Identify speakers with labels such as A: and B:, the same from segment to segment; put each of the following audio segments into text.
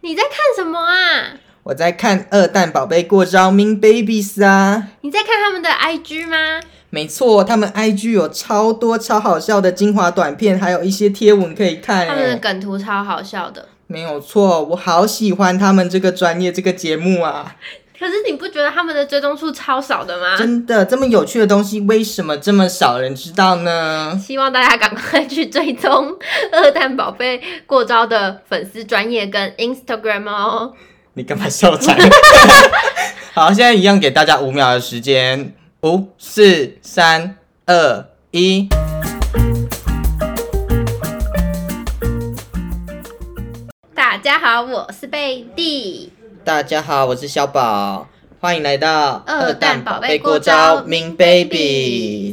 A: 你在看什么啊？
B: 我在看二蛋宝贝过招 Min Babies 啊，
A: 你在看他们的 IG 吗？
B: 没错，他们 IG 有超多超好笑的精华短片，还有一些贴文可以看、
A: 他们的
B: 欸。
A: 梗图超好笑的。
B: 没有错，我好喜欢他们这个专业这个节目啊！
A: 可是你不觉得他们的追踪数超少的吗？
B: 真的，这么有趣的东西，为什么这么少人知道呢？
A: 希望大家赶快去追踪二蛋宝贝过招的粉丝专业跟 Instagram 哦。
B: 你干嘛 笑场？好，现在一样给大家五秒的时间，五、四、三、二、一。
A: 大家好，我是贝蒂。
B: 大家好，我是小宝，欢迎来到
A: 二蛋宝贝过招
B: 明
A: Baby。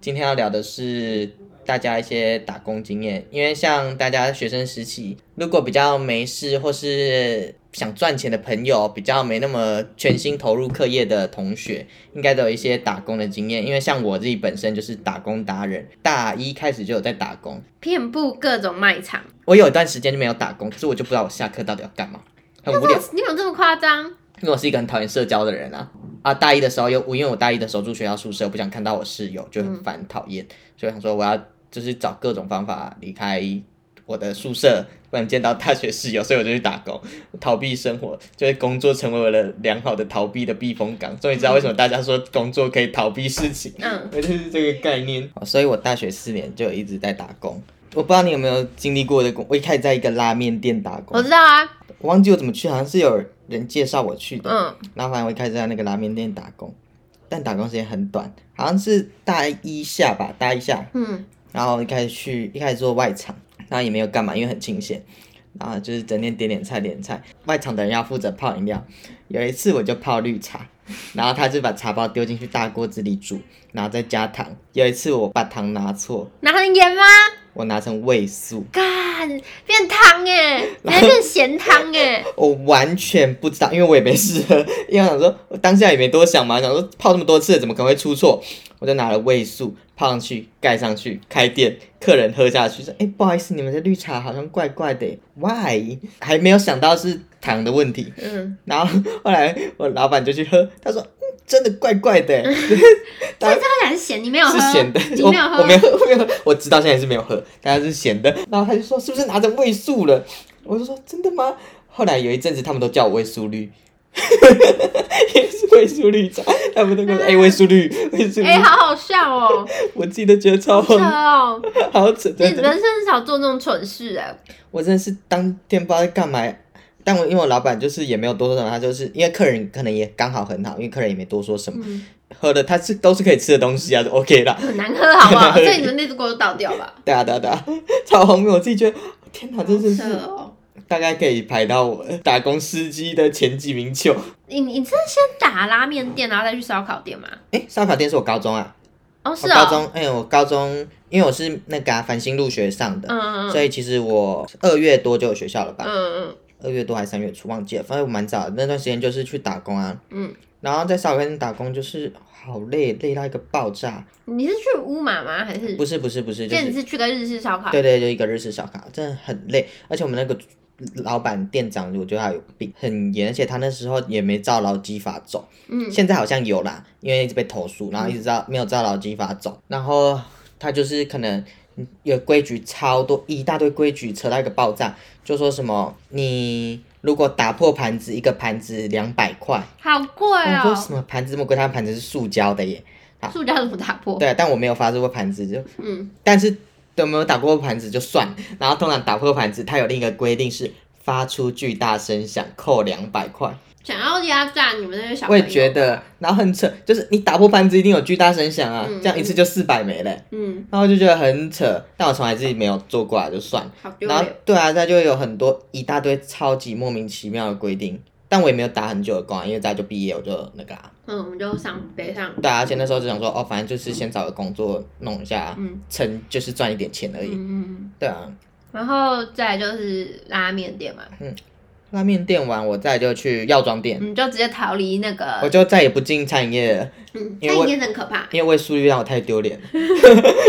B: 今天要聊的是大家一些打工经验，因为像大家学生时期，如果比较没事或是想赚钱的朋友，比较没那么全心投入课业的同学，应该都有一些打工的经验。因为像我自己本身就是打工达人，大一开始就有在打工，
A: 遍布各种卖场，
B: 我有一段时间就没有打工，可是我就不知道我下课到底要干嘛，很无聊。
A: 你有这么夸张？
B: 因为我是一个很讨厌社交的人啊。啊，大一的时候又我因为我大一的时候住学校宿舍，不想看到我室友，就很烦很讨厌，所以想说我要就是找各种方法离开我的宿舍，不能见到大学室友，所以我就去打工，逃避生活，就是工作成为我的良好的逃避的避风港。终于知道为什么大家说工作可以逃避事情，
A: 嗯，
B: 我 就是这个概念。哦所以我大学四年就一直在打工。我不知道你有没有经历过的工，我一开始在一个拉面店打工
A: 我，知道啊。
B: 我忘记我怎么去，好像是有人介绍我去的。
A: 嗯，
B: 然后反正我一开始在那个拉面店打工，但打工时间很短，好像是大一下吧，大一下，
A: 嗯，
B: 然后一开始去一开始做外场，然后也没有干嘛，因为很清闲，然后就是整天点点菜点菜，外场的人要负责泡饮料，有一次我就泡绿茶，然后他就把茶包丢进去大锅子里煮，然后再加糖，有一次我把糖拿错，
A: 拿很盐吗？
B: 我拿成味素。
A: 干，变汤哎、 欸，你还变咸汤哎，
B: 我完全不知道，因为我也没试喝，因为我想说我当下也没多想嘛，想说泡那么多次了怎么可能会出错？我就拿了味素泡上去，盖上去，开店，客人喝下去说：“哎、不好意思，你们的绿茶好像怪怪的，why？” 还没有想到是糖的问题。
A: 嗯，
B: 然后后来我老板就去喝，他说：“嗯，真的怪怪的。”
A: 但是它还是咸，你没有喝，
B: 是咸的，
A: 你
B: 我
A: 没有喝，
B: 我没有喝，我没有喝，我直到现在也是没有喝，但它是咸的。然后他就说是不是拿着味素了？我就说真的吗？后来有一阵子他们都叫我味素绿， 也是味素绿茶，他们都跟我说哎、味素绿，味素绿，
A: 哎、好好笑 哦，
B: 我自己都觉得超
A: 扯
B: 好
A: 哦，
B: 好扯，
A: 你
B: 真的，
A: 人生很少做这种蠢事哎、
B: 我真的是当天不知道在干嘛。但我因为我老板就是也没有多说什么，他就是因为客人可能也刚好很好，因为客人也没多说什么，
A: 嗯，
B: 喝的他是都是可以吃的东西啊就，OK 啦。
A: 很难喝好不 好？所以你们那只锅都倒掉吧，
B: 对啊对啊对啊，超荒谬！我自己觉得天哪，真的
A: 扯
B: 是
A: 哦。
B: 大概可以排到我打工司机的前几名球。
A: 你你是先打拉面店，然后再去烧烤店吗？
B: 哎，烧烤店是我高中啊，
A: 哦，是
B: 我
A: 哦，
B: 高中，哎，我高中因为我是那个、啊、繁星入学上的，
A: 嗯嗯嗯
B: 所以其实我二月多就有学校了吧？
A: 嗯
B: 二月多还是三月初忘记了，反正我蛮早的那段时间就是去打工啊，
A: 嗯
B: 然后在烧烤店打工就是好累，累到一个爆炸。
A: 嗯，你是去乌马吗？还是
B: 不是不是不是，就
A: 就是你是去个日式烧烤？
B: 对对，就一个日式烧烤，真的很累。而且我们那个老板店长，我觉得他有病，很严，而且他那时候也没照劳基法走。
A: 嗯，
B: 现在好像有啦，因为一直被投诉，然后一直照没有照劳基法走，然后他就是可能有规矩超多，一大堆规矩扯到一个爆炸，就说什么你如果打破盘子，一个盘子两百块。
A: 好贵
B: 我说
A: 哦，
B: 什么盘子这么贵？他的盘子是塑胶的耶。
A: 塑胶怎么打破？
B: 对，但我没有发出过盘子，就
A: 嗯，
B: 但是有没有打破盘子就算，然后通常打破盘子，它有另一个规定是发出巨大声响扣两百块。
A: 想要压榨你们那些小
B: 我
A: 朋友？
B: 也觉，得，然后很扯，就是你打破盘子一定有巨大声响啊，这样一次就四百枚嘞、
A: 嗯，
B: 然后我就觉得很扯，但我从来自己没有做过啊，就算。
A: 好丢
B: 然后
A: 脸。
B: 对啊，它就有很多一大堆超级莫名其妙的规定，但我也没有打很久的工啊，因为大家就毕业我就那个啊，
A: 嗯，我们就上北上，
B: 对啊，而且那时候就想说，哦，反正就是先找个工作弄一下，
A: 嗯
B: 成就是赚一点钱而
A: 嗯
B: 已，
A: 嗯，嗯
B: 对啊。
A: 然后再来就是拉面店嘛，
B: 嗯拉面店完，我再就去药妆店，
A: 你就直接逃离那
B: 我
A: 个，
B: 就再也不进餐饮业了，
A: 嗯，
B: 因
A: 那
B: 为
A: 一定很可怕。
B: 因为味素率让我太丢脸了，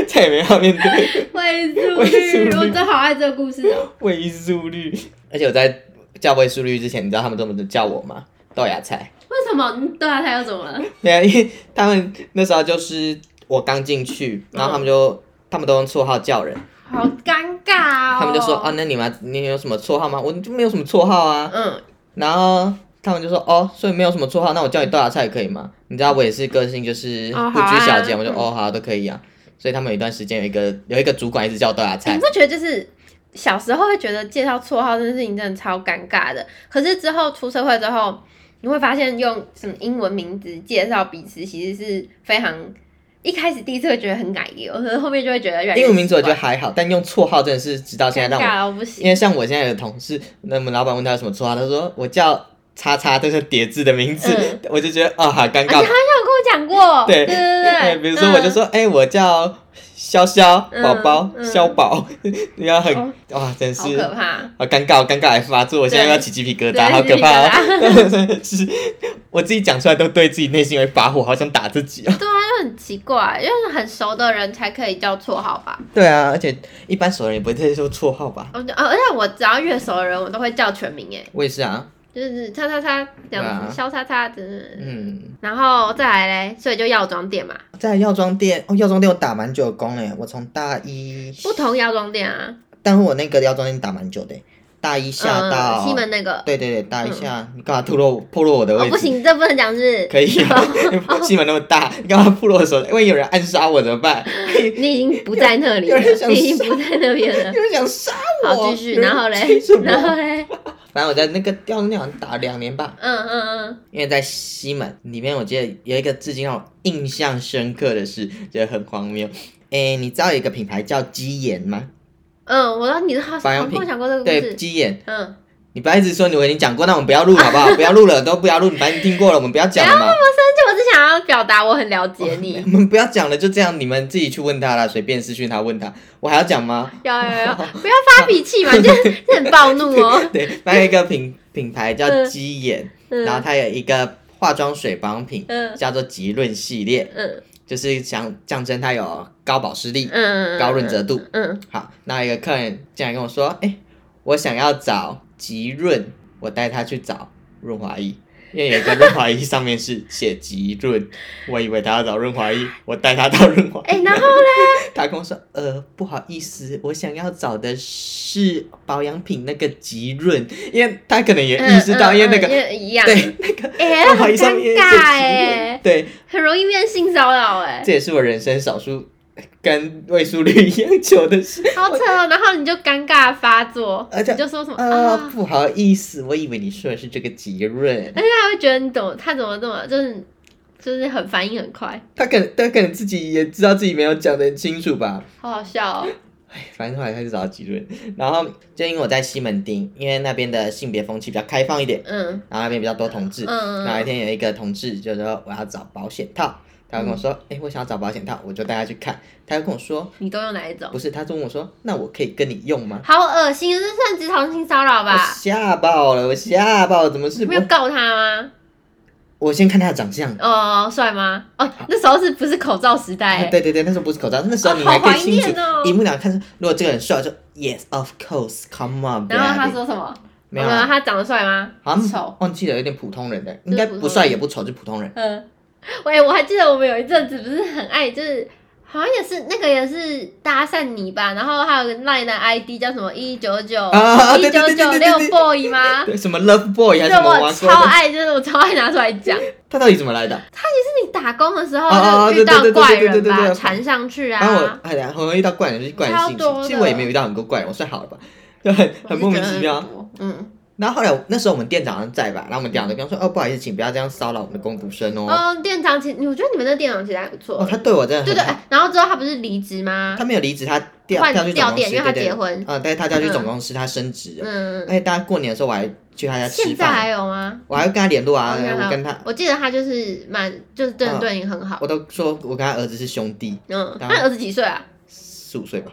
B: 再也没有拉面店。
A: 我也伪
B: 伪
A: 速
B: 速
A: 率，
B: 率
A: 我真的好爱这个故事哦。
B: 位速率。而且我在叫位速率之前，你知道他们怎么叫我吗？豆芽菜。
A: 为什么？嗯对啊，他又怎么了？
B: 没有，因为他们那时候就是我刚进去，
A: 嗯
B: 然后他们就、他们都用绰号叫人，
A: 好尴尬哦。
B: 他们就说啊，那你们你有什么绰号吗？我就没有什么绰号啊。
A: 嗯，
B: 然后他们就说哦，所以没有什么绰号，那我叫你豆芽菜可以吗？你知道我也是个性就是
A: 哦
B: 不
A: 好啊
B: 拘小节，我就
A: 嗯
B: 哦好、都可以啊。所以他们有一段时间有一个有一个主管一直叫豆芽
A: 你
B: 菜，
A: 不觉得就是小时候会觉得介绍绰号这件事情真的超尴尬的，可是之后出社会之后，你会发现用什么英文名字介绍彼此其实是非常。一开始第一次会觉得很奶油，可是后面就会觉得越来越
B: 英文名字我觉得
A: 习
B: 还好，但用绰号真的是直到现
A: 惯
B: 在让
A: 尴尬
B: 我
A: 到不
B: 因
A: 行。
B: 为像我现在有同事，那么老板问他有什么绰号，他说我叫叉叉，这是叠字的名字，
A: 嗯
B: 我就觉得啊、好尴
A: 啊，你好像。
B: 尬
A: 有跟我讲过，
B: 对
A: 对对对，
B: 比如说我就说，哎、我叫潇潇
A: 嗯
B: 宝宝，
A: 嗯
B: 潇宝， 然后
A: 哦
B: 很哇，真
A: 嗯好
B: 是
A: 可怕，
B: 好尴尬，尴尬还发作，我现在
A: 对
B: 要起鸡皮疙
A: 对
B: 瘩，好可怕
A: 鸡
B: 哦！ 是，我自己讲出来都对自己内心会发火，好想打自己哦。
A: 对啊，就很奇怪，因为很熟的人才可以叫绰号吧。
B: 对啊，而且一般熟人也不会这说绰号吧？
A: 我就呃，而且我只要越熟的人，我都会叫全名，哎，
B: 我也是啊，
A: 就是叉叉叉这样子，
B: 对啊
A: 肖叉叉等等，
B: 嗯，
A: 然后再来嘞，所以就药妆店嘛，
B: 在药妆店哦，药妆店我打蛮久的工嘞，我从大一
A: 不同药妆店啊，
B: 但是我那个药妆店打蛮久的，大一下
A: 嗯，
B: 到、
A: 西门那个，
B: 对对对，大一下，你干嘛透露透露我的位
A: 哦
B: 置？
A: 不，行，这不能讲哦是，
B: 可以吗？ 西门那么大，你干嘛透露我的手？因为有人暗杀我怎么 办？
A: 你已经不在那里
B: 有
A: 了，
B: 人想
A: 你已经不在那边了
B: 有。人想杀我，
A: 好，继续，
B: 有人
A: 然后嘞
B: 追着，我
A: 然 后嘞，
B: 反正我在那个药妆店好像打了两年吧，
A: 嗯嗯嗯，
B: 因为在西门里面，我记得有一个至今让我印象深刻的事，觉得很荒谬。哎，你知道有一个品牌叫基妍吗？
A: 嗯，我知道你好
B: 保
A: 像
B: 养
A: 跟
B: 品
A: 我讲过这个故
B: 对，
A: 事，
B: 基妍，
A: 嗯，
B: 你不要一直说你我已经讲过，那我们不要录了好不 好？不要录了，都不要录，反正你听过了，我们不要讲了嘛。
A: 但 是我只想要表达我很了解你
B: 我，们不要讲了，就这样，你们自己去问他啦，随便私讯他问他，我还要讲 吗？
A: 有有有，不要发脾气嘛， 就是就是很暴怒哦。
B: 对，还有一个品品牌 叫
A: 嗯
B: 基眼，
A: 嗯
B: 然后它有一个化妆水保养品
A: 嗯
B: 叫做极润系列，
A: 嗯
B: 就是想象征它有高保湿力、
A: 嗯，
B: 高润泽度。
A: 嗯，
B: 好，那一个客人进来跟我说，哎、我想要找极润，我带他去找润滑液。因为有一个润滑液上面是写极润，我以为他要找润滑液，我带他到润滑液。
A: 哎、然后嘞，
B: 他跟我说：“呃，不好意思，我想要找的是保养品那个极润，因为他可能也 意识
A: 嗯
B: 到，
A: 嗯
B: 因为那个、
A: 嗯因为一样，
B: 对那个
A: 哎、
B: 不好
A: 很
B: 意思，上面
A: 尴
B: 也
A: 尬
B: 是
A: 哎、
B: 极润对，
A: 很容易变性骚扰哎，
B: 这也是我人生少数跟魏淑律一样久的事。
A: 好扯哦。然后你就尴尬发作，
B: 而且
A: 你就说什么、
B: 呃，
A: 啊？
B: 不好意思，我以为你说的是这个极润
A: 而，且他会觉得你怎么，他怎么这么就是就是很反应很快，
B: 他可能他可能自己也知道自己没有讲的清楚吧，哎
A: 好好笑哦。
B: 反正后来开始找吉润，然后就因为我在西门町，因为那边的性别风气比较开放一点，
A: 嗯
B: 然后那边比较多同志，
A: 嗯嗯
B: 然后一
A: 嗯
B: 天有一个同志就说我要找保险套，他就跟我说，
A: 嗯
B: 哎、我想要找保险套，我就带他去看，他就跟我说，
A: 你都用哪一种
B: 不？是，他就问我说，那我可以跟你用吗？
A: 好恶心，这算职场性骚扰
B: 我
A: 吧？
B: 吓爆了，我吓爆了，怎么是
A: 没有
B: 我？
A: 告他吗？
B: 我先看他的长相。
A: 哦，帅吗？哦，那时候是不是口罩时代、欸
B: 啊对对对，那时候不是口罩，那时候你
A: 啊
B: 还
A: 好
B: 可
A: 怀
B: 以清楚
A: 念哦
B: 一目了然看出，如果这个人帅，我就 Yes, of course, come on。
A: 然后他说什么？
B: 没有啊
A: 然后他长得帅吗？
B: 好像
A: 丑。
B: 忘记了，有点普通人的，
A: 是
B: 应该
A: 普通
B: 不帅
A: 人
B: 也不丑，就普通人。
A: 嗯，喂，我还记得我们有一阵子不是很爱，就是好像也是那个也是搭讪你吧，然后还有个 line 的 ID 叫什么一九九
B: 啊
A: 一
B: 对对
A: 九
B: 对
A: 九
B: 对对
A: 六
B: 对
A: boy 吗？
B: 对，什么 Love Boy 还
A: 啊对，
B: 是什么
A: 我
B: 玩过
A: 超
B: 的？
A: 爱，就是我超爱拿出来讲。就
B: 他到底怎么来的？
A: 是你打工的时候
B: 哦哦哦
A: 就遇到
B: 对对对对
A: 怪
B: 对对
A: 人
B: 对对
A: 吧，
B: 对
A: 缠上去
B: 然后
A: 啊，
B: 我哎呀，很容易遇到怪人，就是怪人
A: 超
B: 性
A: 多
B: 质。其实我也没
A: 的
B: 有遇到很多怪人，我算好了吧， 就很很莫名其
A: 我
B: 妙
A: 是。觉得嗯很多。嗯，
B: 然后后来我那时候我们店长好像在吧，然后我们店长就跟我说：“哦，不好意思，请不要这样骚扰我们的工读生哦。
A: 哦，店长其实我觉得你们那店长其实还不”错
B: 哦，。他对我真的
A: 对
B: 很
A: 对，
B: 好。
A: 哎然后之后他不是离职吗
B: 他？没有离职，他调
A: 换
B: 调去总
A: 调
B: 公司，
A: 店因为他
B: 对对
A: 结婚
B: 嗯，对，他调去总
A: 嗯
B: 公司，他升职了。
A: 嗯
B: 而，且大家过年的时候我还去他家吃
A: 现在还
B: 饭，
A: 有吗？
B: 我还跟他联络啊，
A: 哦原来
B: 我跟他
A: 我记得他就是蛮，就是真的
B: 嗯
A: 对你很好。
B: 我都说我跟他儿子是兄弟，
A: 嗯，
B: 然
A: 他
B: 后
A: 儿子几岁啊？
B: 四五岁吧。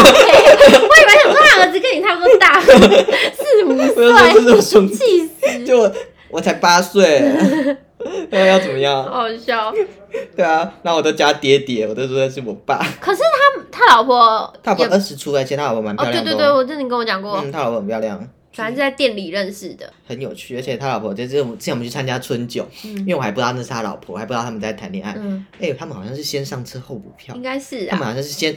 A: 我以为想说他儿子跟你差不多 大，四五
B: 我就说这
A: 岁，
B: 是我兄弟，
A: 气死，
B: 就我我才八岁，啊 那要怎么样？
A: 好笑。
B: 对啊，那我都叫他爹爹，我都说是我爸。
A: 可是他他老婆
B: 他老婆
A: 也
B: 二十出来，而且他老婆蛮
A: 哦，
B: 漂
A: 对
B: 亮的、
A: 对对，我真的你跟我讲过，
B: 嗯，他老婆很漂亮，
A: 反正是在店里认识的。
B: 很有趣，而且他老婆就是我们之前我们去参加春酒，因为我还不知道那是他老婆，我还不知道他们在谈恋爱。哎、
A: 嗯，
B: 他们好像是先上车后补票
A: 应，该是
B: 他
A: 啊。
B: 们好像是 先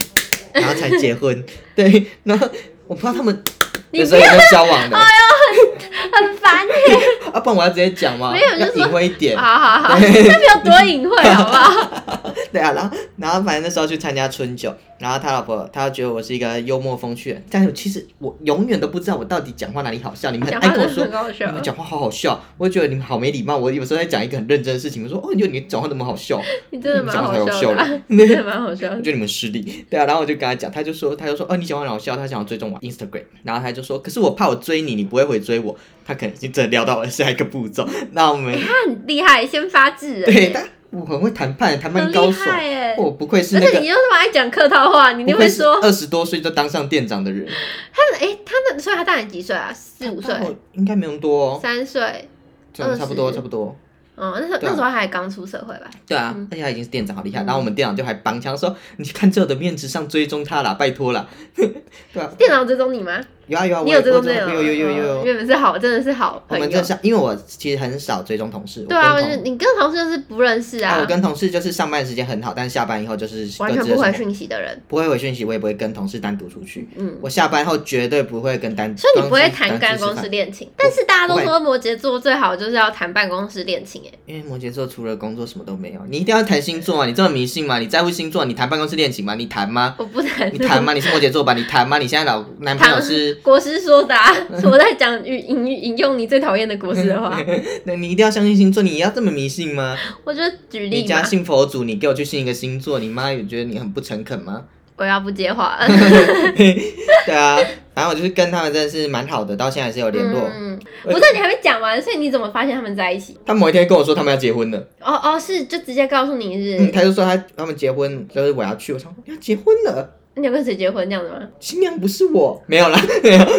B: 然后才结婚，对，然后我不知道他们
A: 你哎
B: 那时候有没有交往的，
A: 很烦耶、
B: 啊，不然我要直接讲嘛，
A: 没有就
B: 要
A: 是啊
B: 隐晦一点，
A: 好好好，那没有多隐晦，好不好？
B: 对啊，然后然后反正那时候去参加春酒，然后他老婆她觉得我是一个幽默风趣人，但是其实我永远都不知道我到底讲话哪里好 笑，你们很
A: 讲
B: 爱
A: 话
B: 跟我
A: 真
B: 说
A: 的很搞笑
B: 你。们讲话好好笑，我就觉得你们好没礼貌。我有时候在讲一个很认真的事情，我说哦，你你讲话怎么好笑？
A: 你真的蛮好
B: 你
A: 笑
B: 讲
A: 的
B: 话
A: 啊
B: 太好笑了，
A: 你真的蛮好笑
B: 我
A: 的。
B: 觉得你们失礼。 对啊，然后我就跟他讲，他就说他就说哦，你讲话很好笑，他想要追踪我 Instagram，然后他就说，可是我怕我追你，你不会回追我。他可能已经真的撩到我的下一个步骤。 那 我们
A: 他很厉害，先发制人
B: 对，
A: 耶，
B: 但我很会谈判，谈判
A: 很
B: 高
A: 厉
B: 手。
A: 害耶。
B: 我不愧是
A: 而
B: 那
A: 且你
B: 个。
A: 又那么爱讲客套话，你一定会说
B: 二十多岁就当上店长的人，
A: 他哎、他那所以他大你几岁啊？四五岁、
B: 但我应该没有那么多哦，
A: 三岁？
B: 这种差不多
A: 20
B: 差不多。
A: 哦，那时候、
B: 对啊
A: 那时候还刚出社会吧？
B: 对啊，
A: 嗯
B: 而且他已经是店长，好厉害。
A: 嗯
B: 然后我们店长就还帮腔说：“你去看这的面子上追踪他啦，拜托啦。” 对啊，
A: 电脑追踪你吗？
B: 有啊有啊，
A: 你
B: 我
A: 有追踪
B: 我
A: 这种？
B: 有有有有
A: 哦
B: 有。
A: 因为你们是好，真的是好
B: 我
A: 朋
B: 们
A: 友
B: 这。上，因为我其实很少追踪同事，
A: 对啊，
B: 我
A: 我
B: 跟
A: 就
B: 同
A: 是你跟同事就是不认识啊，
B: 我跟同事就是上班时间很好，但是下班以后就是
A: 完
B: 各
A: 全
B: 自的
A: 不回
B: 生活
A: 讯息的人，
B: 不会回讯息，我也不会跟同事单独出去。
A: 嗯。
B: 我下班后绝对不会跟单，
A: 所以你不会
B: 公司
A: 谈
B: 单
A: 办
B: 独吃
A: 公
B: 饭
A: 室恋情，但是大家都
B: 不
A: 说摩羯座最好就是要谈办公室恋情，哎，
B: 因为摩羯座除了工作什么都没有，你一定要谈星座啊嘛？你这么迷信嘛？你在乎星座？你谈办公室恋情吗？你谈吗？
A: 我不谈。
B: 你谈吗？你是摩羯座吧？你谈吗？你现在老男朋友是？
A: 国师说的、 啊，我在讲引引引用你最讨厌的国师的话，
B: 那你一定要相信星座？你要这么迷信吗？
A: 我就举
B: 你
A: 例
B: 家
A: 嘛，
B: 信佛祖，你给我去信一个星座，你妈也觉得你很不诚恳吗？
A: 我要不接话。
B: 对啊，反正我就是跟他们真的是蛮好的，到现在还是有 联络。
A: 嗯，
B: 我
A: 不是你还没讲完，所以你怎么发现他们在一起？
B: 他某一天跟我说他们要结婚了，
A: 哦哦，是就直接告诉你是、
B: 嗯，他就说他他们结婚，就是我要去，我说要结婚了，
A: 你有跟谁结婚这样子吗？
B: 新娘不是我，没有啦，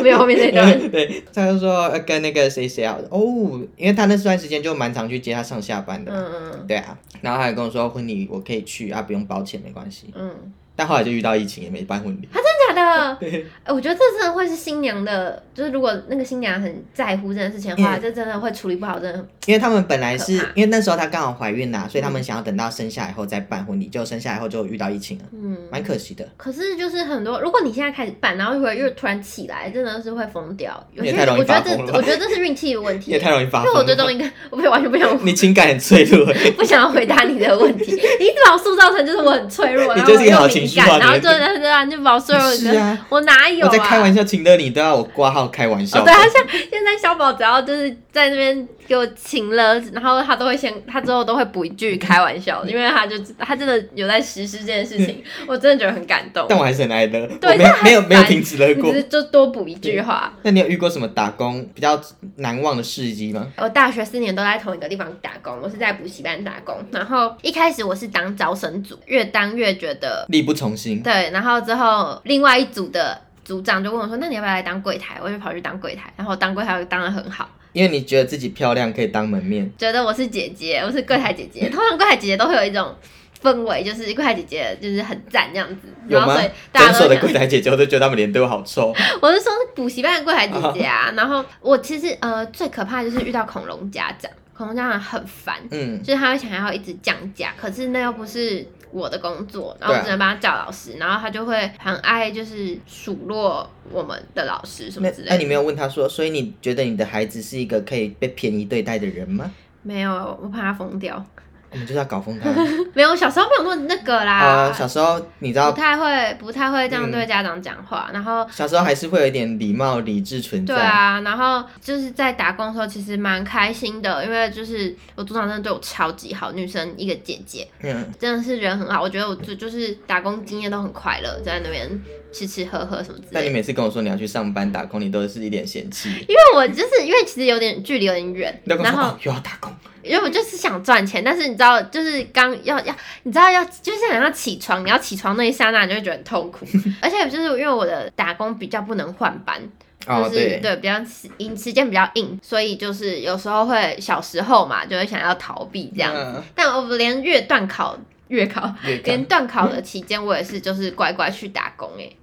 A: 没有后面那段。
B: 对，他就说要跟那个谁谁好哦，因为他那段时间就蛮常去接他上下班的嘛，
A: 嗯
B: 对啊，然后他也跟我说婚礼我可以去啊，不用包钱没关系，
A: 嗯，
B: 但后来就遇到疫情也没办婚礼，
A: 真的假的？
B: 对，
A: 哎，我觉得这真的会是新娘的，就是如果那个新娘很在乎这件事情的话，
B: 嗯
A: 这真的会处理不好，真的很。
B: 因为他们本来是
A: 可怕嗯
B: 因为那时候她刚好怀孕啊啦、所以他们想要等到生下来后再办婚礼，就生下来后就遇到疫情了，
A: 嗯。
B: 蛮可惜的，
A: 可是就是很多，如果你现在开始办，然后一会儿又突然起来，真的是会疯掉。有
B: 你也
A: 些
B: 太容易
A: 我觉得
B: 发疯了
A: 这，
B: 吧
A: 我觉得这是运气的问题。
B: 也太容易发
A: 因
B: 疯
A: 为
B: 了。
A: 我最终一个，我完全不想
B: 你情感很脆弱、欸，
A: 不想要回答你的问题，你一直把我塑造成就是我很脆弱，
B: 你
A: 然
B: 就
A: 后
B: 是一个好
A: 我又
B: 情
A: 敏
B: 绪
A: 感，
B: 化的
A: 然后
B: 人
A: 就对对啊，你就把我塑造
B: 是
A: 成
B: 啊。
A: 我哪 有
B: 我
A: 啊？
B: 在开玩笑，情的你都要我挂号开玩笑
A: 哦，
B: 的。
A: 对啊，像现在小宝只要就是在那边给我请了，然后他都会先，他之后都会补一句开玩笑，
B: 嗯
A: 因为他就他真的有在实施这件事情，我真的觉得很感动。
B: 但我还是很爱乐，我
A: 对但
B: 没有
A: 很
B: 没有
A: 烦
B: 没有停止乐
A: 你
B: 过
A: 只。是就多补一句话。
B: 那你有遇过什么打工比较难忘的事迹吗？
A: 我大学四年都在同一个地方打工，我是在补习班打工。然后一开始我是当招生组，越当越觉得
B: 力不从心，
A: 对，然后之后另外一组的组长就问我说：“那你要不要来当柜台？”我就跑去当柜台，然后当柜台当的很好，
B: 因为你觉得自己漂亮可以当门面，
A: 觉得我是姐姐，我是柜台姐姐。通常柜台姐姐都会有一种氛围，就是柜台姐姐就是很赞这样子，
B: 有
A: 然后
B: 吗
A: 所以大
B: 诊
A: 家
B: 所
A: 都
B: 的
A: 会
B: 柜
A: 想。
B: 台姐姐我都觉得他们脸都 好臭。
A: 我是说补习班的柜台姐姐啊，然后我其实呃最可怕的就是遇到恐龙家长，恐龙家长很烦，
B: 嗯，
A: 就是他会想要一直降价，可是那又不是我的工作，然后
B: 对啊
A: 我只能帮他叫老师，然后他就会很爱就是数落我们的老师什么
B: 那
A: 之类
B: 那
A: 的。
B: 你没有问他说，所以你觉得你的孩子是一个可以被便宜对待的人吗？
A: 没有，我怕他疯掉。
B: 我们就是要搞疯他
A: 没有，我小时候没有那么那个啦，
B: 啊！小时候你知
A: 不
B: 道，
A: 太会，不太会这样
B: 嗯
A: 对家长讲话，然后。
B: 小时候还是会有一点礼貌、理智存
A: 对
B: 在。
A: 啊，然后就是在打工的时候，其实蛮开心的，因为就是我组长真的对我超级好，女生一个姐姐，
B: 嗯，
A: 真的是人很好。我觉得我就就是打工经验都很快乐，在那边吃吃喝喝什么之类的
B: 但。你每次跟我说你要去上班打工，你都是一脸嫌弃。
A: 因为我就是因为其实有点距离有点远，
B: 你都跟我
A: 然
B: 说
A: 后
B: 哦又要打工，
A: 因为我就是想赚钱，但是你知道，就是刚要要，你知道要就是想要起床，你要起床那一刹那，你就会觉得很痛 苦。而且就是因为我的打工比较不能换班，
B: 哦
A: 就是、
B: 对，
A: 对比较时硬时间比较硬，所以就是有时候会小时候嘛，就会想要逃避这样。
B: 嗯
A: 但我连月段考月考，
B: 月考嗯
A: 连段考的期间，我也是就是乖乖去打工哎、
B: 哦。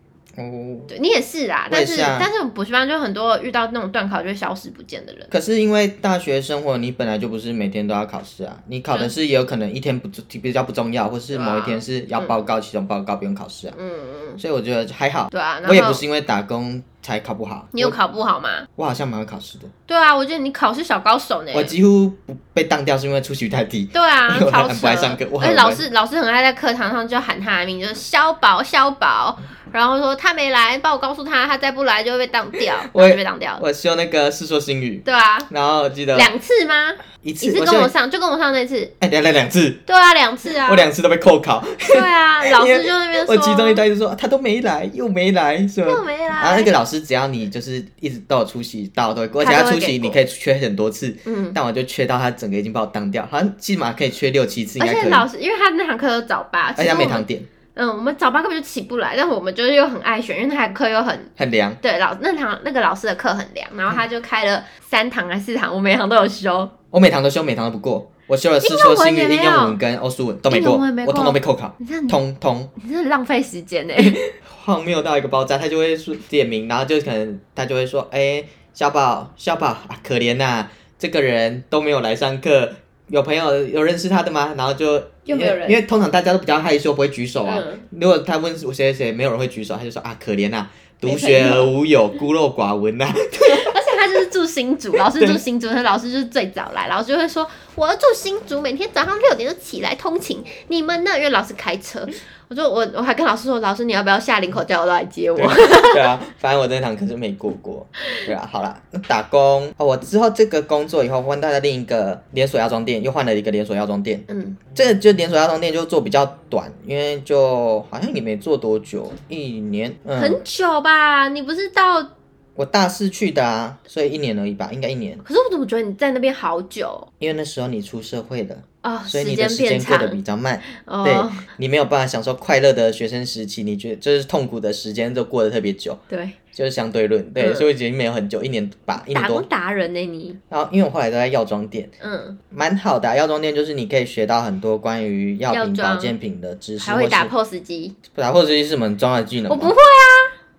A: 对你也是啦，
B: 我
A: 但
B: 也
A: 是
B: 是啊
A: 但是我们补习班就很多遇到那种段考就会消失不见的人，
B: 可是因为大学生活，你本来就不是每天都要考试啊，你考
A: 嗯
B: 的是也有可能一天不比较不重要，或是
A: 对啊
B: 某一天是要报告，期中报告不用考试啊。
A: 嗯嗯，
B: 所以我觉得还好，
A: 对啊，
B: 我也
A: 然
B: 不
A: 后
B: 是因为打工才考不好，
A: 你有
B: 我
A: 考不好吗？
B: 我好像蛮有考试的，
A: 对啊，我觉得你考试小高手呢、
B: 我几乎不被当掉是因为出席太低。
A: 对啊，
B: 因为 我
A: 超
B: 很
A: 扯！
B: 不爱上课我
A: 而
B: 很
A: 且
B: 不爱
A: 老师老师很爱在课堂上就喊他的名，就是肖宝肖宝，然后说他没来，帮我告诉他，他再不来就会被当掉，然
B: 我
A: 后
B: 也
A: 就被当掉了。
B: 我修那个《世说新语
A: 对啊，》，
B: 然后我记得
A: 两次吗？
B: 一
A: 一
B: 次，
A: 次
B: 我
A: 跟我
B: 修
A: 上，就跟我上那次。
B: 哎两两两次，
A: 对啊，两次啊
B: 我。两次都被扣考。
A: 对 啊，老师就那边说，
B: 我其中一段就说啊他都没来，又没来，是吧？
A: 又没
B: 然后那
A: 来
B: 个。老师只要你就是一直都有出席到，都会过，而且
A: 他
B: 他
A: 都会
B: 出席
A: 给过
B: 你可以缺很多次，
A: 嗯，
B: 但我就缺到他整个已经把我当掉，好像起码可以缺六七次应
A: 而
B: 该可
A: 且
B: 以，
A: 老师因为他那堂课有早八，
B: 而
A: 其
B: 且
A: 实
B: 他
A: 我
B: 没
A: 们
B: 堂点，
A: 嗯我们早八根本就起不来，但我们就是又很爱选，因为那堂课又很
B: 很凉。
A: 对老那堂那个老师的课很凉，然后他就开了三堂还是四堂，我每堂都有修。
B: 我每堂都修，每堂都不过，我修了四
A: 英
B: 说
A: 文
B: 新
A: 也
B: 语、
A: 没
B: 应用
A: 有
B: 文跟欧书文都没
A: 英
B: 过，
A: 文没
B: 我通
A: 过
B: 通被扣考，
A: 你真的
B: 通通
A: 你真的浪费时间呢、欸
B: 荒谬到一个爆炸。他就会说点名，然后就可能他就会说，哎、小宝，小宝啊，可怜呐、这个人都没有来上课。有朋友有认识他的吗？然后就
A: 又没有人
B: 因为因为通常大家都比较害羞，不会举手啊。
A: 嗯
B: 如果他问谁谁谁，没有人会举手，他就说啊，可怜呐、
A: 没
B: 独
A: 朋
B: 学
A: 友
B: 而无友，孤陋寡闻呐、
A: 而且他就是住新竹，老师住新竹，他老师就是最早来，老师就会说我要住新竹，每天早上六点就起来通勤，你们呢？因为老师开车，我就我我还跟老师说，老师你要不要下林口叫我来接我？
B: 对对啊，反正我这堂课是没过过。对啊，好啦，那打工哦，我之后这个工作以后换到了另一个连锁药妆店，又换了一个连锁药妆店。
A: 嗯，
B: 这个就连锁药妆店就做比较短，因为就好像也没做多久，一年。嗯，
A: 很久吧？你不是到？
B: 我大四去的啊，所以一年而已吧，应该一年。
A: 可是我怎么觉得你在那边好久
B: 因为那时候你出社会了，
A: 哦？
B: 所以你的
A: 间
B: 时
A: 变
B: 间过
A: 长
B: 得比较慢，对
A: 哦，
B: 你没有办法享受快乐的学生时期，你觉得就是痛苦的时间就过得特别久，
A: 对，
B: 就是相对论，对，
A: 嗯
B: 所以我已经没有很久，一年吧，一年
A: 打
B: 多
A: 工。达人呢、你？
B: 然后因为我后来都在药妆店，
A: 嗯，
B: 蛮好的啊、药妆店就是你可以学到很多关于药
A: 药
B: 品、
A: 妆
B: 保健品的知识，
A: 还会打
B: 或
A: POS 机？
B: 是打破这些是什么很重要的技能吗？
A: 我不会，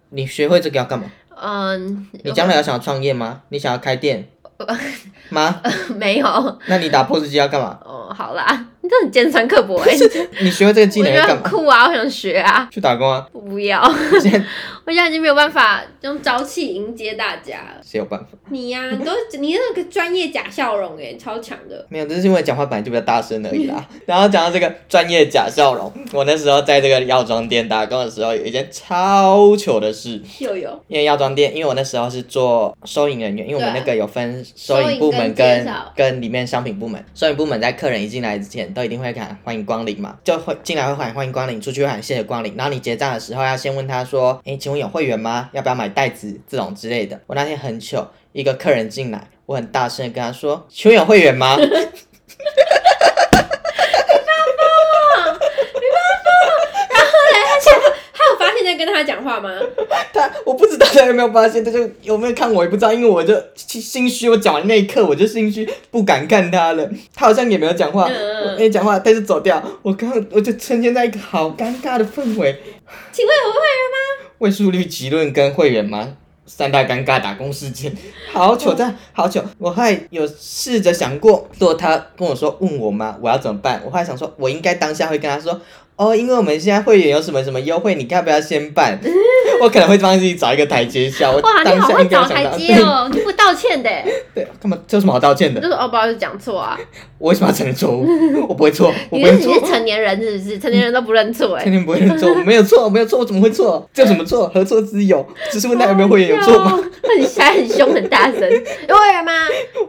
B: 你学会这个要干嘛？
A: 嗯，
B: 你将来有想要创业吗？你想要开 店吗？
A: 没有，哦，
B: 那你打破 o 机要干嘛？
A: 好啦，你真的很尖酸刻薄哎、
B: 你学会这个技
A: 我
B: 能
A: 觉
B: 要
A: 得很
B: 干嘛？
A: 酷啊，我想学啊。
B: 去打工啊！
A: 我不要，
B: 现在
A: 我现在已经没有办法用朝气迎接大家了。
B: 谁有办法？
A: 你 呀、你都你那个专业假笑容哎、超强的。
B: 没有，这是因为讲话本来就比较大声而已 啦。然后讲到这个专业假笑容，我那时候在这个药妆店打工的时候，有一件超糗的事。
A: 又有
B: 因为药妆店，因为我那时候是做收银人员，因为我们那个有分收银部门
A: 啊收银跟
B: 跟
A: 介绍
B: 跟里面商品部门。收银部门在客人一进来之前，都一定会喊欢迎光临嘛，就会进来会喊欢迎光临，出去会喊谢谢光临。然后你结账的时候要先问他说，诶，请问有会员吗？要不要买袋子这种之类的。我那天很糗，一个客人进来，我很大声地跟他说，请问有会员吗？
A: 他有发现在跟他讲话 吗？
B: 他我不知道他有没有发现，他就有没有看我也不知道，因为我就心心虚，我讲完那一刻我就心虚，不敢看他了。他好像也没有讲话，
A: 嗯
B: 我没讲话，他就走掉。我刚我就呈现在一个好尴尬的氛围。
A: 请问有会员吗？
B: 位数率集论跟会员吗？三大尴尬打工 事件，好糗，但好糗。我还有试着想过，如果他跟我说问我妈我要怎么办，我还想说，我应该当下会跟他说，哦，因为我们现在会员有什么什么优惠，你要不要 先办？我可能会帮自己找一个台阶下。我
A: 哇，你
B: 当
A: 好
B: 下
A: 会
B: 应该有
A: 找
B: 想
A: 台
B: 到，
A: 阶 哦，你不道歉的欸，
B: 对，干嘛？这有什么好道歉
A: 就
B: 的？
A: 是哦，不好意思讲错啊。
B: 我为什么要承认 错误？我不会错，我
A: 你
B: 不
A: 是
B: 会
A: 你
B: 错
A: 是。成年人是不是？成年人都不认错哎、
B: 肯定不会认错，我没有错，我没有错，我怎么会错？这有什么错？何错之有？只是问他有没有会员有错吗？
A: 很吓很凶很大 声，有会员吗？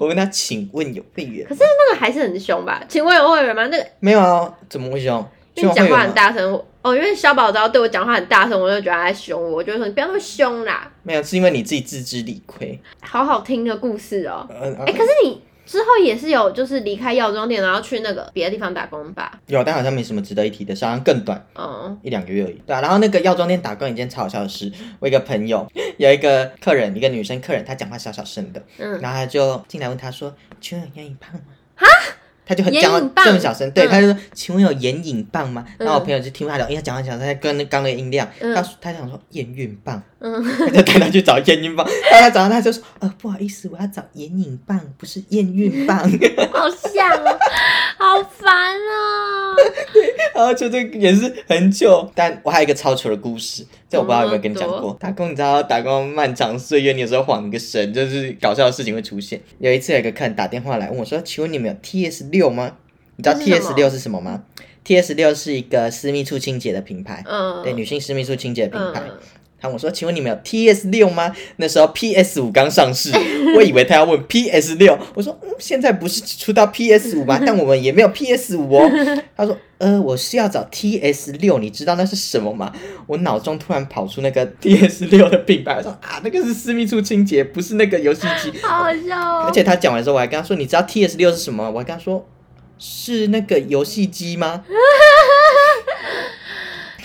B: 我问他，请问有会员吗
A: 可是那个还是很凶吧？请问有会员吗？那个
B: 没有啊，怎么会凶？
A: 因为你
B: 凶
A: 讲
B: 会有
A: 话
B: 吗
A: 很大声，我哦，因为小宝只要对我讲话很大声，我就觉得他在凶我，我就会说你不要那么凶啦，
B: 没有，是因为你自己自知理亏。
A: 好好听的故事哦。
B: 嗯、
A: 哎、
B: 啊
A: 可是你之后也是有就是离开药妆店，然后去那个别的地方打工吧？
B: 有，啊但好像没什么值得一提的，好像更短，
A: 嗯，
B: 一两个月而已。对啊，然后那个药妆店打工有一件超好笑的事，我一个朋友 有一个客人，一个女生客人，她讲话小小声的，
A: 嗯
B: 然后她就进来问她说：“请问杨颖胖吗？”啊？他就很
A: 眼
B: 讲话
A: 影棒
B: 这么小声，对，
A: 嗯
B: 他就说：“请问有眼影棒吗？”
A: 嗯
B: 然后我朋友就听不太懂，因为他讲话讲话他跟刚的音量，
A: 嗯
B: 他说他想说验孕棒，
A: 嗯，
B: 他 就带他去找验孕棒，然后他找到他就说：“呃，不好意思，我要找眼影棒，不是验孕棒。”
A: 好像哦，好烦哦。
B: 然后就这个也是很久，但我还有一个超糗的故事，这我不知道有没有跟你讲
A: 这么
B: 过。打工你知道，打工漫长岁月，你有时候晃一个神，就是搞笑的事情会出现。有一次有一个客人打电话来问我说：“请问你们有 TS 六吗？”你知道
A: 这是什
B: TS
A: 么
B: 六是什么吗？TS 六是一个私密处清洁的品牌，
A: 嗯，
B: 对，女性私密处清洁的品牌。
A: 嗯，
B: 他问我说：“请问你们有 TS 六吗？”那时候 PS 五刚上市，我以为他要问 PS 六。我说：“嗯，现在不是出到 PS 五吗？但我们也没有 PS 五哦。”他说：“呃，我是要找 TS 六，你知道那是什么吗？”我脑中突然跑出那个 TS 六的品牌，我说：“啊，那个是私密处清洁，不是那个游戏机。”
A: 好好笑哦。
B: 而且他讲完之后，我还跟他说：“你知道 TS 六是什么吗？”我还跟他说：“是那个游戏机吗？”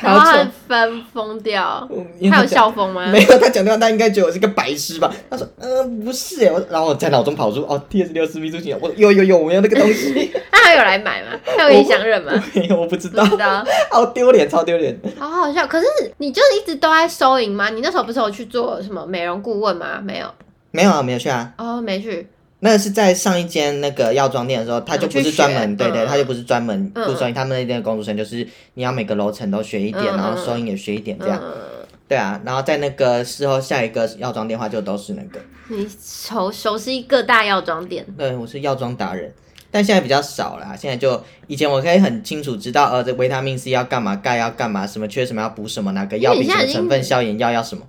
A: 然后
B: 好
A: 他
B: 丑
A: 很。疯疯掉，
B: 嗯因为
A: 他
B: 他
A: 有
B: 讲
A: 笑疯吗？
B: 没有，他讲电话，他应该觉得我是个白痴吧？他说，呃，不是耶。我然后我在脑中跑出，哦，T S 六私密处行，我有有有，我有那个东 西，
A: 他还有来买吗？他有影响人吗？
B: 没有，我 不知
A: 不
B: 道，
A: 知道，
B: 好丢脸，超丢脸。
A: 好好笑。可是你就一直都在收银吗？你那时候不是有去做什么美容顾问吗？没有，
B: 没有啊，没有去啊。
A: 哦，没去。
B: 那是在上一间那个药妆店的时候，他就不
A: 去
B: 是
A: 学
B: 专门，对
A: 嗯
B: 对，他就不是专门
A: 嗯
B: 顾收银，他们那边的工读生就是你要每个楼层都学一点，
A: 嗯嗯
B: 然后收银也学一点这样，
A: 嗯，
B: 对啊。然后在那个事后下一个药妆电话就都是那个，
A: 你熟熟悉各大药妆店，
B: 对，呃我是药妆达人，但现在比较少啦。现在就以前我可以很清楚知道，呃，这维他命 C 要干嘛，钙要干嘛，什么缺什么要补什么，哪个药
A: 因为
B: 品
A: 你现在
B: 什么
A: 已
B: 成
A: 经
B: 分，消炎药要什么。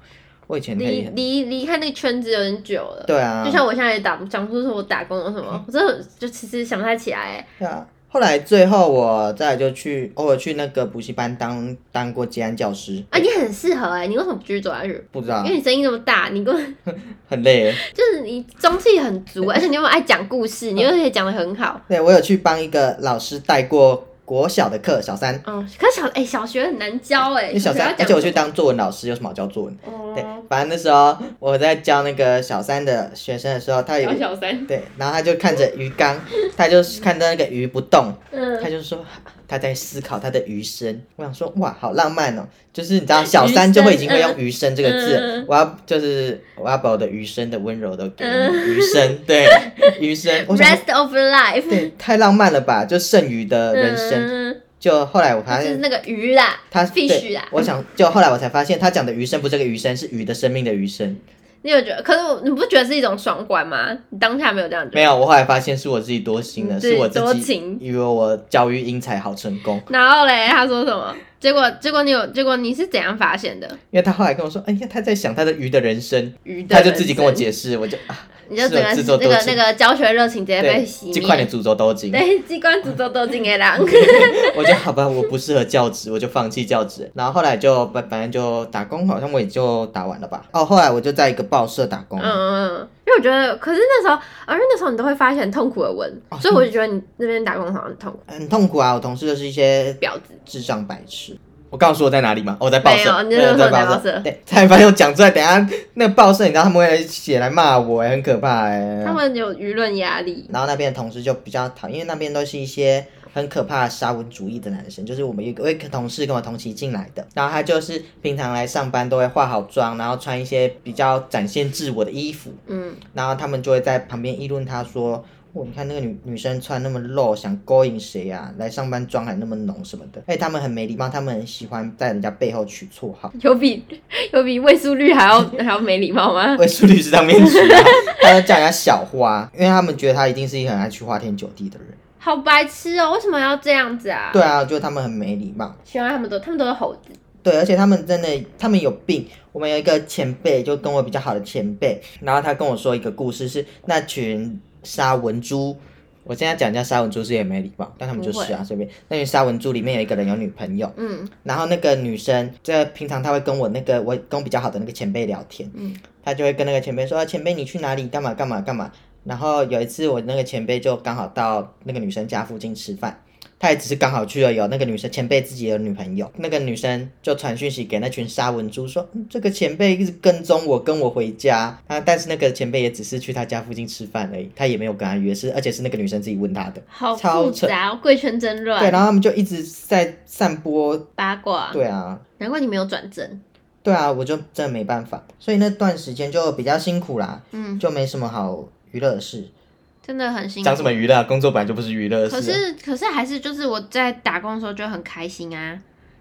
B: 我以前可以
A: 离
B: 很，
A: 离离开那个圈子有点久了。
B: 对啊，
A: 就像我现在也打讲不出我打工有什 么，我真的就其实想不太起来欸。
B: 对啊。后来最后我再来就去偶尔去那个补习班当当过接案教师，
A: 啊，你很适合哎、你为什么不继续走下去？
B: 不知道
A: 因为你声音那么大，你根本
B: 很累。
A: 就是你中气很足，欸而且你又爱讲故事，你又可以讲的很好。
B: 对我有去帮一个老师带过国小的课，小三，
A: 嗯，可是小哎、小学很难教哎、
B: 因为小
A: 学要
B: 三，而
A: 讲
B: 且我去
A: 什么
B: 当作文老师，有什么好教作文？对
A: 哦，，
B: 反正那时候我在教那个小三的学生的时候，他有
A: 小小三，
B: 对，然后他就看着鱼缸，他就看到那个鱼不动，他
A: 嗯，
B: 就说他在思考他的余生。我想说，哇，好浪漫哦！就是你 知道，小三就会已经会用余生这个字了，
A: 嗯嗯
B: 我要就是我要把我的余生的温柔都给你，
A: 嗯
B: 余 生对余生，我想说
A: Rest of life，
B: 对，太浪漫了吧？就剩余的人生，
A: 嗯、
B: 就后来我发
A: 就是
B: 现。
A: 那个鱼啦，
B: 他对
A: fish 啊
B: 我想就后来我才发现，他讲的余生不是这个余生，是鱼的生命的余生。
A: 你有觉得？可是我你不觉得是一种爽感吗？你当下没有这样觉得？
B: 没有，我后来发现是我自己多心了，
A: 嗯
B: 是我自
A: 对多
B: 己
A: 情
B: 以为我教育英才好成功。
A: 然后嘞，他说什么？结果结果你有结果你是怎样发现的？
B: 因为他后来跟我说，哎呀，他在想他的鱼的人生，
A: 鱼的
B: 他就自己跟我
A: 人生
B: 解释，我就啊，
A: 你就整
B: 是有
A: 个
B: 自作
A: 那
B: 多
A: 个
B: 情
A: 那个教学热情直接被
B: 对
A: 熄，
B: 这快点
A: 灭。
B: 诅咒都精，
A: 啊对，机关诅咒都进给狼。
B: 我就好吧，我不适合教职，我就放弃教职。然后后来就反反正就打工，好像我也就打完了吧。哦，后来我就在一个报社打工，
A: 嗯嗯，嗯因为我觉得，可是那时候，而且那时候你都会发现很痛苦的文，
B: 哦
A: 所以我就觉得你那边打工好像很痛苦，
B: 很痛苦啊。我同事就是一些
A: 婊子。
B: 智障白痴。我告诉我在哪里吗？哦我在报社，
A: 没有你就是
B: 对我
A: 说在
B: 报
A: 报社
B: 对，才发现我讲出来，等一下那个报社，你知道他们会来写来骂我、哎，很可怕哎、
A: 他们有舆论压力，
B: 然后那边的同事就比较讨厌，因为那边都是一些很可怕的沙文主义的男生。就是我们有一个有一个同事跟我同期进来的，然后他就是平常来上班都会化好妆，然后穿一些比较展现自我的衣服，
A: 嗯，
B: 然后他们就会在旁边议论他说：“哦，你看那个女女生穿那么露，想勾引谁啊？来上班妆还那么浓什么的。”哎，他们很没礼貌，他们很喜欢在人家背后取绰号。
A: 有比有比魏淑律还要 还要没礼貌吗？
B: 为淑律师当面取啊， 他就叫人家小花，因为他们觉得他一定是一个很爱去花天酒地的人。
A: 好白痴哦，为什么要这样子啊？
B: 对，啊，就他们很没礼貌。
A: 喜欢他们都他们都是猴子，
B: 对，而且他们真的，他们有病。我们有一个前辈，就跟我比较好的前辈，然后他跟我说一个故事是，那群沙文猪。我现在讲人家沙文猪是也没礼貌，但他们就是啊，随便。那群沙文猪里面有一个人有女朋友，
A: 嗯
B: 然后那个女生，这平常她会跟我那个我跟我比较好的那个前辈聊天，
A: 嗯，
B: 她就会跟那个前辈说，啊前辈你去哪里干嘛干嘛干嘛。然后有一次我那个前辈就刚好到那个女生家附近吃饭，他也只是刚好去了有那个女生前辈自己的女朋友，那个女生就传讯息给那群沙文猪说，嗯这个前辈一直跟踪我，跟我回家啊，但是那个前辈也只是去他家附近吃饭而已，他也没有跟他约，是而且是那个女生自己问他的，
A: 好
B: 超
A: 复
B: 扯
A: 杂哦，贵圈真
B: 对，
A: 乱，
B: 然后他们就一直在散播，
A: 八卦，
B: 对啊，
A: 难怪你没有转正。
B: 对啊，我就真的没办法，所以那段时间就比较辛苦啦，
A: 嗯，
B: 就没什么好娱乐的事。
A: 真的很辛苦
B: 讲。什么娱乐啊？工作本来就不是娱乐的事啊、
A: 可是可是还是就是我在打工的时候就很开心啊，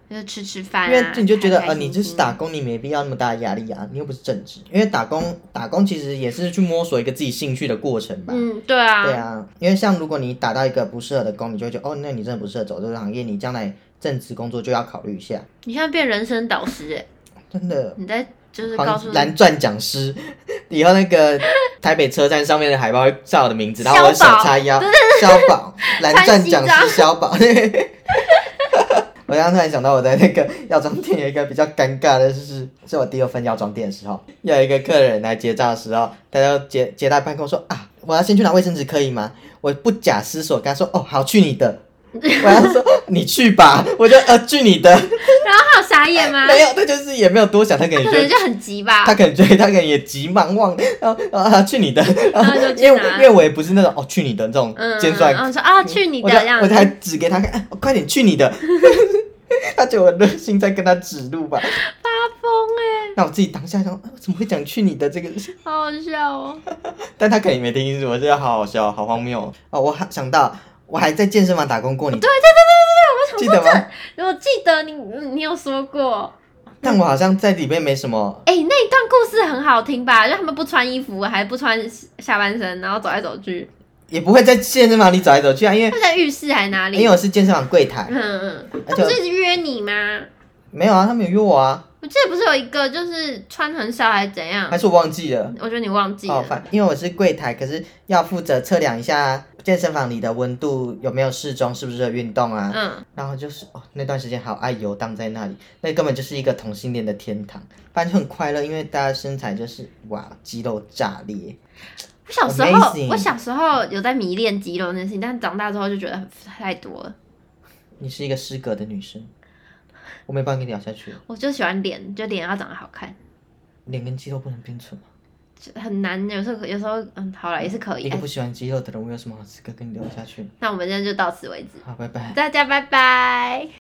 A: 就是吃吃饭、啊，
B: 因为你就觉得
A: 开
B: 呃，
A: 开心心
B: 你就是打工，你没必要那么大的压力啊，你又不是正职。因为打工打工其实也是去摸索一个自己兴趣的过程吧。
A: 嗯，对啊，
B: 对啊，因为像如果你打到一个不适合的工，你就会觉得哦，那你真的不适合走这个行业，你将来正职工作就要考虑一下。
A: 你现在变人生导师哎、
B: 真的，
A: 你在就是
B: 好
A: 告诉
B: 像蓝钻讲师， 以后那个台北车站上面的海报会照我的名字，然后我的手
A: 肖宝
B: 叉腰，肖宝， 蓝钻讲
A: 穿
B: 师肖宝。 我刚刚突然想到，我在那个 药妆店有一个比较尴尬的事，是我第二份药妆店的时候，有一个客人来结账的时候，他就结结到一半跟我说啊，我要先去拿卫生纸可以吗？我不假思索跟他说，哦，好，去 你的。我要说你去吧，我就呃去你的，
A: 然后他有傻眼 吗？
B: 没有，他就是也没有多想，他可能
A: 啊可
B: 觉得
A: 能就很急吧
B: 他。可能觉得他可能也急忙忘，然后然后啊去你的，然后
A: 后就去
B: 因为
A: 拿
B: 因为我也不是那种哦去你的这种
A: 嗯，
B: 尖酸
A: 然，后说啊，去你
B: 我
A: 的
B: 才
A: 这样
B: 我
A: 子，
B: 才指给他看，啊快点去你的， 他觉得我热心在跟他指路吧。
A: 发疯哎、
B: 那我自己当下想，啊怎么会讲去你的这个？
A: 好好笑哦。
B: 但他肯定没听清楚，我觉得好好笑，好荒谬哦哦！我还想到我还在健身房打工过，你对对对对对，我记得吗？
A: 我记得你你有说过，
B: 但我好像在里面没什么
A: 哎、那一段故事很好听吧？就他们不穿衣服，还不穿下半身，然后走来走去，
B: 也不会在健身房里走来走去啊，因为
A: 他在浴室还哪里？
B: 因为我是健身房柜台，
A: 嗯嗯，他
B: 而
A: 不
B: 且我
A: 是一直约你吗？
B: 没有啊，他没有约我啊，
A: 我记得不是有一个就是穿很少还是怎样
B: 还？是我忘记了。
A: 我觉得你忘记
B: 哦，
A: 了。
B: 反因为我是柜台，可是要负责测量一下健身房里的温度有没有适中，是不是有运动啊？
A: 嗯，
B: 然后就是哦，那段时间好爱游荡在那里，那根本就是一个同性恋的天堂，反正就很快乐，因为大家身材就是哇，肌肉炸裂。
A: 我小时候
B: Amazing
A: 我小时候有在迷恋肌肉那件事情，但长大之后就觉得很太多了。
B: 你是一个失格的女生，我没办法跟你聊下去了，
A: 我就喜欢脸，就脸要长得好看，
B: 脸跟肌肉不能并存吗？
A: 就很难。有时候有时候嗯，好了也是可以
B: 一。个
A: 哎
B: 不喜欢肌肉的人，我有什么好资格跟你聊下去？
A: 那我们今天就到此为止，
B: 好，拜拜。
A: 大家拜拜。